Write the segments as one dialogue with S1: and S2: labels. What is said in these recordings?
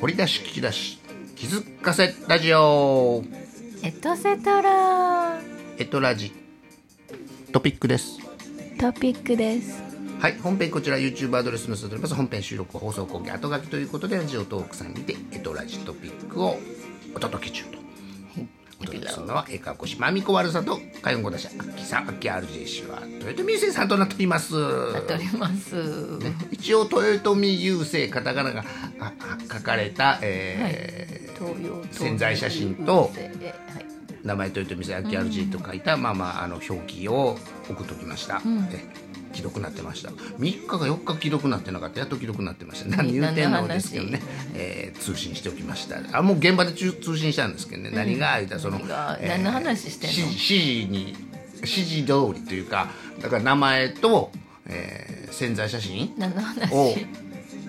S1: 掘り出し聞き出し気づかせラジオ
S2: エトセトラ
S1: エトラジトピックです
S2: トピックです
S1: はい本編こちら YouTube アドレス載せております本編収録放送後期後書きということでラジオトークさんにてエトラジトピックをお届け中とお届けするのはえかこしまみこわるさとかよんごだしあきさんあき RJ 氏は豊臣優勢さんとなっております
S2: なっております、
S1: 一応豊臣優勢カタカナがああ書かれた、えー
S2: 東洋
S1: 宣材写真と
S2: えはい
S1: 名前というと店焼き RG と書いた、まあまああの表記を送っときました、え既読になってました3日か4日既読になってなかったやっと既読になってました何言うてんのですけどね、えー通信しておきましたあもう現場で通通信したんですけどね、何が言うたらその
S2: 何が何の話してんの
S1: 指示指示に指示通りというかだから名前と、えー潜在写真
S2: 何の
S1: を
S2: 話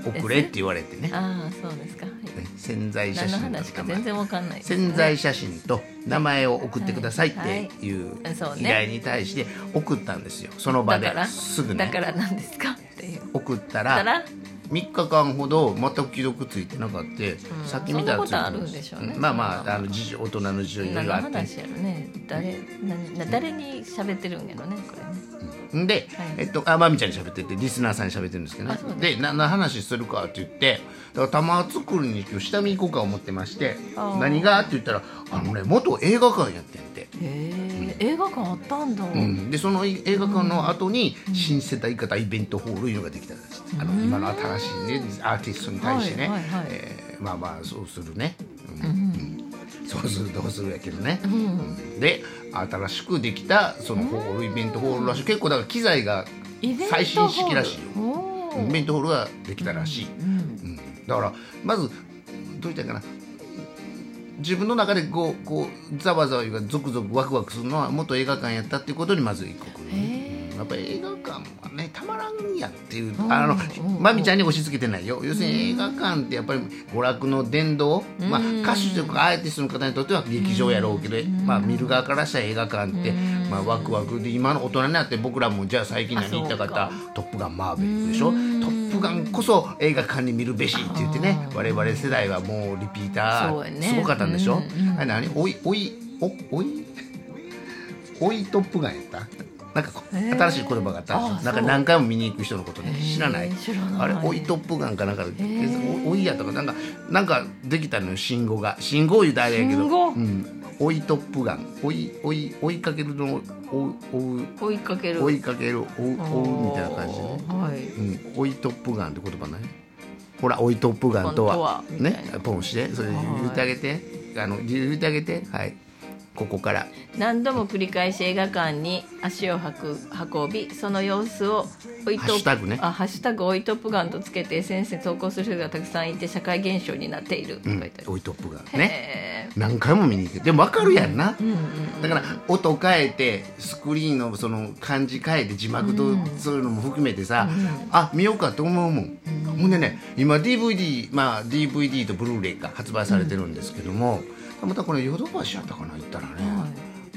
S1: 送れって言われてね
S2: ああそうですか、はい
S1: ね潜在写
S2: 何の
S1: 真
S2: 話か全然わかんないですね
S1: 潜在写真と名前を送ってくださいっ
S2: はい
S1: ていう
S2: はいそうね
S1: 依頼に対して送ったんですよその場
S2: だから
S1: ですぐ
S2: だか
S1: ね
S2: ら何ですかっていう
S1: 送った
S2: だからら
S1: 3日間ほど全く既読ついてなかった、さっき見たらついて
S2: そんなことあるんでしょうね
S1: んまあま
S2: そんな
S1: ああの事情大人の事情いろい
S2: 何
S1: ろ
S2: の
S1: あって
S2: 話やろね誰何な誰に喋ってるんやろねこれね
S1: んで、
S2: はい
S1: えっと、あまみちゃんに喋っててリスナーさんに喋ってるんですけど、ね
S2: あそうなん、だ
S1: で何の話するかって言ってだから玉作りに今日下見行こうか思ってまして
S2: あー
S1: 何がって言ったらあのね元映画館やってんて。
S2: へえ映画館あったんだ、
S1: うん、でその映画館の後に新世代型イベントホールいうのができたんです、あの今の新しい、ね、アーティストに対してね、
S2: はいはいはい
S1: えーまあまあそうするね、うんうんそうするどうするやけどね、うんで新しくできたそのホール、イベントホールらしい結構だから機材が
S2: イベントホール
S1: 最新式らしいよ
S2: お
S1: イ
S2: ー
S1: ベントホールができたらしい、うんだからまずどう言ったらいいかな自分の中でこうこうざわざわいうかゾクゾクワクワクするのは元映画館やったっていうことにまず一刻、
S2: へ
S1: うんやっぱり映画館はねたまらんやっていう
S2: うん
S1: あの
S2: うん
S1: まみちゃんに押し付けてないよ要するに映画館ってやっぱり娯楽の殿堂、まあ、歌手とかアーティストの方にとっては劇場やろうけど、まあ、見る側からしたら映画館って、まあ、ワクワクで今の大人になって僕らもじゃあ最近何行ったかった
S2: あ
S1: 「
S2: そう
S1: トップガンマーベリック」でしょ「トップガン」こそ映画館に見るべしって言ってね我々世代はもうリピータ
S2: そうや
S1: ー
S2: ね
S1: すごかったんでしょ、
S2: うんうん
S1: あれ何おいおいおおいおいトップガンやったなんかこう
S2: へー
S1: 新しい言葉があったんですよな
S2: あ
S1: んか
S2: そう
S1: 何回も見に行く人のことね
S2: へー
S1: 知らない
S2: 知らない
S1: あれ「おいトップガン」かなんかで
S2: ー
S1: おおいや」とかなんかなんかできたのよ信号が信号言うたらあれやけど
S2: 信号
S1: うん「おいトップガン」「おいおい追いかけるの追う追う
S2: 追いかける
S1: 追いかける追う追う」みたいな感じでね
S2: おーはい
S1: うん「おいトップガン」って言葉ないほら「おいトップガン」とは
S2: 本当はみ
S1: ね
S2: たいな
S1: ポンしてそれ言ってあげてあの言ってあげてはいここから
S2: 何度も繰り返し映画館に足を運く運びその様子を追い
S1: ハッシュタグね
S2: あハッシュタグオイトップガンとつけて SNS に投稿する人がたくさんいて社会現象になっている、
S1: う
S2: と書
S1: ん
S2: いてあ、る
S1: おいトップガンね
S2: へ
S1: 何回も見に行ってでも分かるやんな、だから音変えてスクリーンのその漢字変えて字幕とそういうのも含めてさ、あ見ようかと思うもん、ほんでね今 DVD まあ DVD とブルーレイが発売されてるんですけども、またこれヨドバシやったかな行ったらね、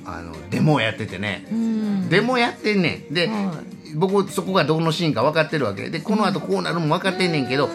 S1: あのデモをやっててね、
S2: ーうん
S1: デモやってんねんで、
S2: は
S1: 僕そこがどのシーンか分かってるわけでこの後こうなるのも分かってんねんけど、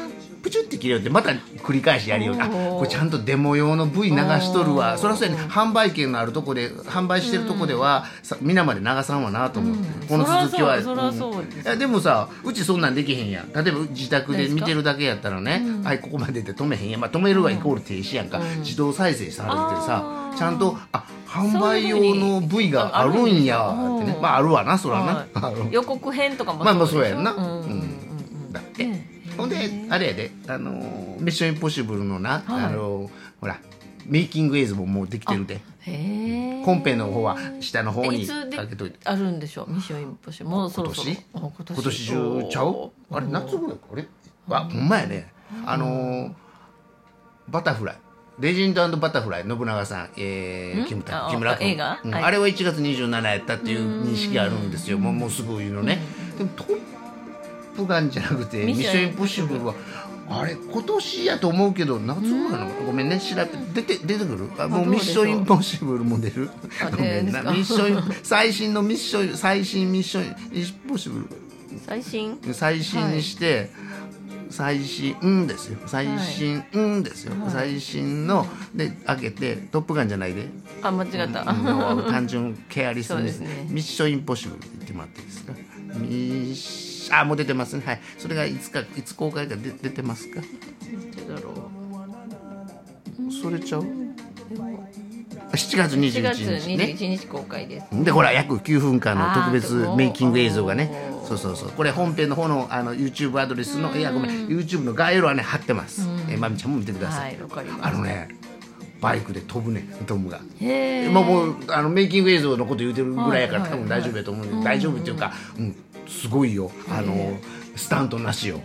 S1: プチュって切れよってまた繰り返しやるようあ
S2: おー
S1: これちゃんとデモ用の V 流しとるわ
S2: おー
S1: そりゃそうやね販売権のあるとこで販売してるとこでは、さ皆まで流さんわなと思って、この続きは
S2: そらそうそらそうです
S1: いやでもさうちそんなんできへんやん例えば自宅で
S2: ですか
S1: 見てるだけやったらね、はいここまでで止めへんやん、まあ、止めるはイコール停止やんか、自動再生されてて
S2: あ
S1: さ
S2: ー
S1: ちゃんとあ販売用の V があるんやってね
S2: うん
S1: まああるわなそらな、あ
S2: は
S1: の
S2: い、予告編とかも
S1: まあまあ
S2: でしょ
S1: そうやんな、
S2: うん
S1: うんだって、
S2: ね
S1: ほんであれやで「あのーミッションインポッシブル」のな、
S2: はい
S1: あのーほらメイキング映像ももうできてるで
S2: へえ
S1: コンペの方は下の方
S2: え
S1: に
S2: いつで
S1: かけといて
S2: あるんでしょうミッションインポッシブルもうそろそろ
S1: 今年
S2: あ今
S1: 今年中ちゃうあれ夏ぐらいかあれあほんまやねあのーバタフライレジェンドバタフライ信長さん、えー、
S2: ん
S1: キムタ
S2: あ
S1: 木村
S2: あ
S1: 君
S2: 映画
S1: うん
S2: はい
S1: あれは1月27日やったっていう認識があるんですよもうもうすぐ言うのねでも「トップガン」じゃなくて「ミ
S2: ミ
S1: ッ
S2: ッ
S1: シ
S2: シ
S1: ョ
S2: ョ
S1: ン
S2: ン
S1: インポッシブル」はあれ今年やと思うけど夏ぐらいなのごめんね調べ出て出てくるあもう「
S2: どう
S1: ミッ
S2: でし
S1: ショ
S2: ょう
S1: ンインポッシブル」も出る
S2: あ
S1: ごめんな
S2: 出るんですか
S1: ミッションイン最新のミッション最新ミッションインポッシブル
S2: 最新
S1: 最新にして、最新ですよ最新ですよ、
S2: はい
S1: 最新ので開けて「トップガン」じゃないで
S2: あ間違った、
S1: の単純ケアリス
S2: そう
S1: に
S2: ですね
S1: ミッションインポッシブル」言ってもらっていいですかミッシあもう出てますねはいそれがいつかいつ公開かで出てますか
S2: どうだろう
S1: それちゃう7月21
S2: 4月
S1: 日ね
S2: 21日公開です、
S1: でほら約9分間の特別メイキング映像がね
S2: あー
S1: そうそうそうこれ本編の方のあの YouTube アドレスのいやごめん YouTube の概要欄に貼ってますえまみちゃんも見てくださ
S2: はいいわかりま
S1: あ
S2: す
S1: のねバイクで飛ぶねトムが。
S2: へえ
S1: まあ、もうあのメイキング映像のこと言うてるぐらいやから、
S2: はい
S1: 多分大丈夫やと思うんで、大丈夫っていうか、うん、すごいよあのスタントなしよ、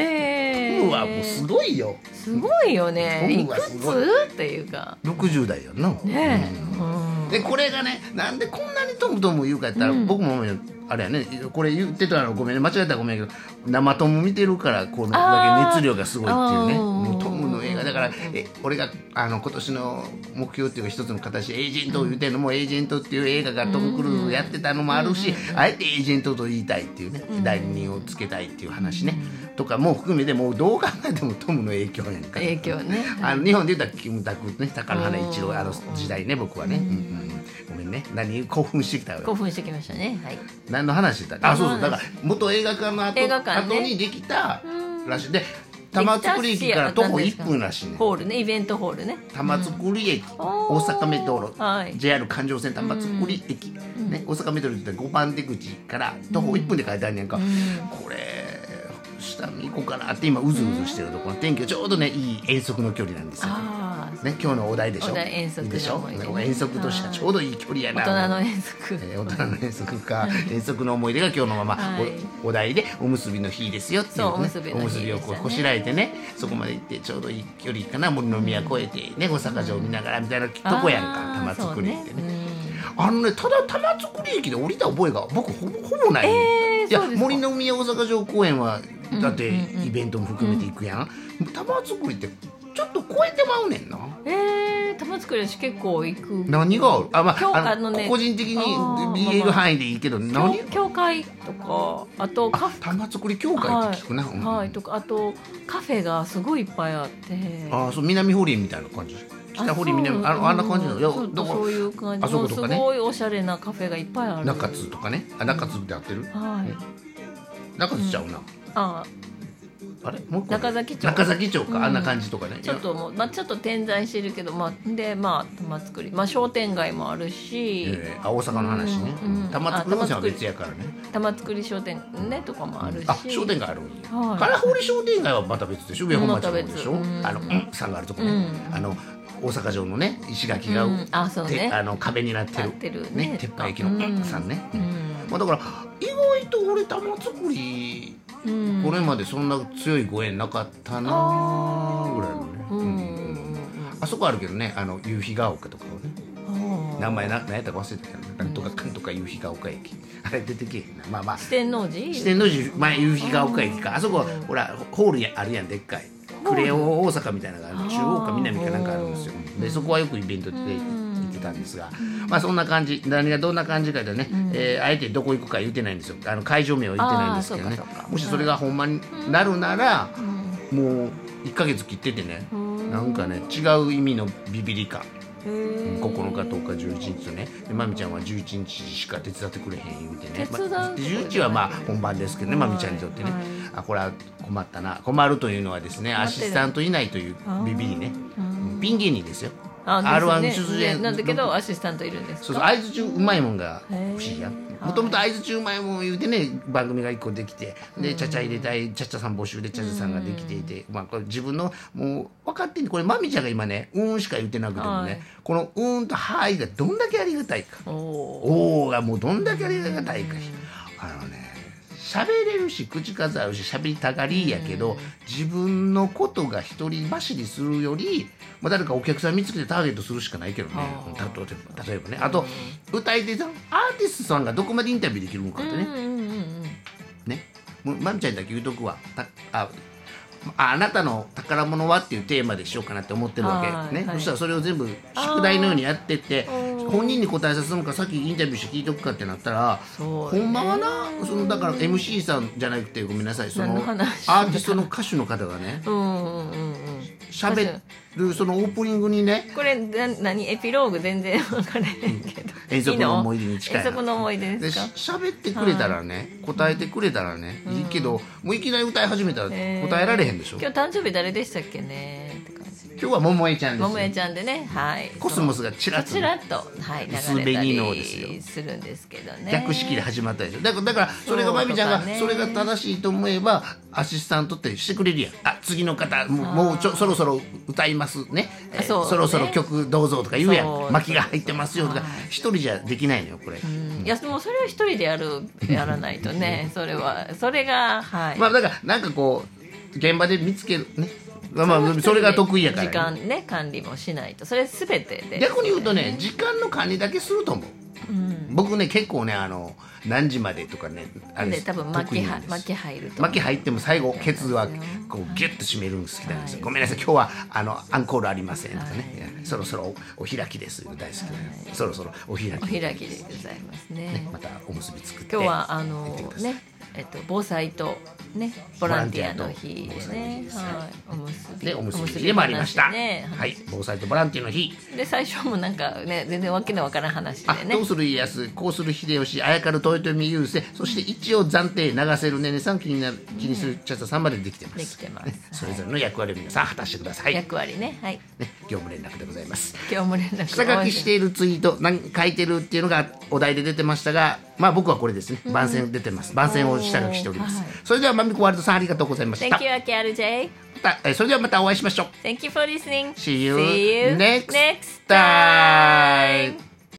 S2: へえ
S1: うわもうすごいよ
S2: すごいよねい
S1: 僕は
S2: く
S1: すごい
S2: つっていうか
S1: 60代やんな、
S2: ねえ、うん
S1: でこれがねなんでこんなにトムトム言うかやったら、僕もあれやねこれ言ってたのごめんね間違えたらごめんやけど生トム見てるからこのだけ熱量がすごいっていうね
S2: あー
S1: もうトムの映画だからえ俺があの今年の目標っていうか一つの形エージェントを言うてんのもエージェントっていう映画がトム・クルーズやってたのもあるし、あえてエージェントと言いたいっていうね代理人をつけたいっていう話ね、とかも含めてもうどう考えてもトムの影響やんか。
S2: 影響ね
S1: あの日本で言ったらキムタクね高野花一
S2: う
S1: 郎
S2: ん
S1: あの時代ね僕はね、うんうん、ごめんね何興奮してきた
S2: 興
S1: よ
S2: 奮してきましたねはい
S1: 何の話だあそうそうだから元映画館の後
S2: 映画館ね
S1: 後にできたらしいで玉造駅から徒歩1分らしいね
S2: ホールねイベントホールね
S1: 玉造駅、
S2: お
S1: 大
S2: ー
S1: 阪メトロ、
S2: はい
S1: JR 環状線玉造駅、ね、大阪メトロって言ったら5番出口から徒歩1分で書いてあるねんか、これ下見行こうかなって今うずうずしてるところ天気がちょうどねいい遠足の距離なんですよ
S2: ああ
S1: ね、今日のお題でしょ
S2: お題遠足の思い出ね
S1: でしょね遠足としてはちょうどいい距離やな
S2: 大人の遠足
S1: えー大人の遠足か遠足の思い出が今日のまま
S2: はい
S1: おお題でおむすびの日ですよっていう,、ね、
S2: そうおむすびの日
S1: おむすびをこう
S2: でしたね
S1: こしらえてねそこまで行ってちょうどいい距離かな森の宮越えてね、大阪城見ながらみたいなとこやんか
S2: あ
S1: 玉
S2: ー
S1: 造ってね
S2: そうね
S1: あのねただ玉造駅で降りた覚えが僕ほぼほぼないね、
S2: えー
S1: いや
S2: そうですか
S1: 森の宮大阪城公園はだってイベントも含めて行くやん,、玉造ってちょっと超えてまうねんな。
S2: うんえー、玉造りは結構行く
S1: 何があるあま
S2: 教
S1: ああ
S2: あのね
S1: 個人的に
S2: あー
S1: 言える範囲でいいけど何
S2: 教教会とかあとカ
S1: あ
S2: フェ
S1: 玉造り協会って聞くな、
S2: は
S1: う
S2: い、
S1: ん
S2: はい、とかあとカフェがすごいいっぱいあって
S1: あーそう南堀みたいな感じ北堀
S2: そう
S1: 南あのあんな感じなのいや
S2: そう
S1: だか
S2: そういう感
S1: あ
S2: じ
S1: そこ
S2: の
S1: と
S2: す
S1: かね
S2: ごいおしゃれなカフェがいっぱいあ
S1: ら
S2: る
S1: 中津とかねあ中津って合ってる、
S2: はい
S1: 中津ちゃうな、
S2: あ
S1: あれもう一個
S2: 中崎町
S1: 中崎町か、
S2: うん
S1: あんな感じとかね
S2: ちょっともう、まあ、ちょっと点在してるけど、まあ、でまあ玉造り、まあ、商店街もある
S1: い
S2: し、
S1: やいやいやあ大阪の話ね、
S2: うん
S1: うん玉造り温泉は別やからね
S2: 玉造り商店ねとかもあるし、
S1: あ商店街あるんや
S2: はい
S1: 唐堀商店街はまた別でしょ上本町の方でしょ、
S2: また別うん
S1: あの「うん」さんがあるとこね、
S2: うん
S1: あの大阪城のね石垣が、
S2: うんあそう
S1: て
S2: ね
S1: あの壁になって
S2: な
S1: る
S2: ってる
S1: ね
S2: ね
S1: 鉄板駅の「
S2: うん
S1: うん」さんね、
S2: うん
S1: まあ、だから意外と俺玉造り
S2: うん
S1: これまでそんな強いご縁なかったなーぐらいのね、
S2: うん
S1: う
S2: う
S1: んんあそこあるけどねあの夕日が丘とかはね
S2: うんうん
S1: 名前な何やったか忘れたけどねなんとかかんとか夕日が丘駅あれ出てけえへんなまあまあ
S2: 四天王寺
S1: 四天王寺前夕日が丘駅かあそこほらホールやあるやんでっかいクレオ大阪みたいなのがある
S2: あー
S1: 中央か南かなんかあるんですよでそこはよくイベントで行ってたんですがまあそんな感じ何がどんな感じかでね、えーあえてどこ行くか言ってないんですよあの会場名は言ってないんですけどね
S2: あーそうかそうか
S1: もしそれがほんまになるならもう1ヶ月切っててね
S2: ん
S1: なんかね違う意味のビビり感9日10日11日とねでまみちゃんは11日しか手伝ってくれへん言うてね
S2: 手伝う
S1: まあで11日はまあ本番ですけどね、
S2: はい
S1: まみちゃんにとってね、
S2: はい
S1: あこれは困ったな困るというのはですね
S2: 困
S1: ア
S2: ってる
S1: シスタントいないというビビりねピン芸人ですよ
S2: あ
S1: R1
S2: です
S1: 出
S2: ね
S1: 演
S2: ねなんだけどアシスタントいるんですか
S1: そうそう会津中うまいもんが不思議や
S2: へー
S1: もともと会津中うまいもん言うてね番組が一個できてでちゃちゃ入れたいちゃちゃさん募集でちゃちゃさんができていて、まあ、これ自分のもう分かってんねこれまみちゃんが今ね「うーん」しか言ってなくてもね、
S2: はい
S1: この「うーん」と「はい」がどんだけありがたいか
S2: お
S1: 「
S2: お
S1: おー」がもうどんだけありがたいかあのね喋れるし口数あるし喋りたがりやけど、自分のことが一人走りするより、まあ、誰かお客さん見つけてターゲットするしかないけどね
S2: あ
S1: 例えば例えばねあと歌い手さんアーティストさんがどこまでインタビューできるのかってね、
S2: うんうんうん
S1: ねもうまみちゃんだけ言うとくわたあああなたの宝物はっていうテーマでしようかなって思ってるわけ、
S2: はい
S1: ね
S2: はい
S1: そしたらそれを全部宿題のようにやってって
S2: あー
S1: 本人に答えさせるのかさっきインタビューして聞いとくかってなったら
S2: そう
S1: ほ
S2: ね
S1: んまはなそのだから MC さんじゃなくてごめんなさいそ
S2: 何
S1: の
S2: の話
S1: アーティストの歌手の方が ね
S2: うんうんうんうん
S1: 喋るそのオープニングにね
S2: これな何エピローグ全然分からへんけど
S1: 遠足の思い出に近いな
S2: 遠足の思い出
S1: で
S2: です
S1: し
S2: か
S1: 喋ってくれたらね答えてくれたらねいいけどもういきなり歌い始めたら答
S2: え
S1: え
S2: ー
S1: られへんでしょ
S2: 今日誕生日誰でしたっけねって感じ
S1: 今日は桃江ちゃんで
S2: ももや
S1: す
S2: ちゃんでねはい
S1: コスモスがちらっと
S2: ちらっとはい流
S1: 薄
S2: れた
S1: 紅のですよ
S2: りするんですけどね
S1: 逆式で始まったでしょだからだからそれがまみちゃん
S2: そうとか
S1: が
S2: ね
S1: それが正しいと思えばアシスタントってしてくれるやんあ次の方もうもうちょそろそろ歌いますねえ
S2: あそうね
S1: そろそろ曲どうぞとか言うや
S2: そ
S1: ん
S2: う
S1: 巻きが入ってますよとか
S2: はい
S1: 一人じゃできないのよこれ
S2: うんいやもうそれは一人でやるやらないとねそれはそれがはい、
S1: まあだからなんかこう現場で見つけるねまあま
S2: の一
S1: あ
S2: 人
S1: それが得意やから
S2: 時間ね管理もしないとそれ全てで
S1: 逆に言うとね時間の管理だけすると思う、僕ね結構ねあの何時までとかねあれ
S2: で多分巻
S1: 得
S2: き
S1: 意な
S2: は
S1: んです
S2: 巻き入ると
S1: 巻き入っても最後ケツはこうギュッと締めるんですけど、
S2: はい
S1: ごめんなさい今日はあのアンコールありませんとかね、そろそろお開きです大好きなんです、そろそろお開き
S2: お開きでございますね
S1: ねまたおむすび作って
S2: 今日はあの
S1: 行ってください
S2: ねえっと防災とねボランティアの日
S1: ボラ
S2: で
S1: ンティアと防
S2: ね
S1: 災の
S2: はいおむすび
S1: でおむすびでもありました、
S2: おむすびの話ね
S1: はい防災とボランティアの日
S2: で最初もなんかね全然わけのわからん話
S1: あ
S2: でね
S1: どうする家康こうする秀吉あやかる豊臣優勢そして一応暫定流せるねねさん気になる気にする茶ャさんまでできてます
S2: できてます
S1: ねそれぞれの役割を皆さん果たしてください、ね、
S2: 役割ねはい
S1: 業務連絡でございます
S2: 今日も連絡
S1: 下書きしているツイート何書いてるっていうのがお題で出てましたがまあ僕はこれですね番宣出てます番宣を下書きしております
S2: おーはい
S1: それではまみこワールドさんありがとうございました
S2: Thank you, AKRJ.
S1: またえそれではまたお会いしましょう
S2: Thank you for listening.
S1: See you
S2: See you
S1: next
S2: next
S1: time.
S2: time.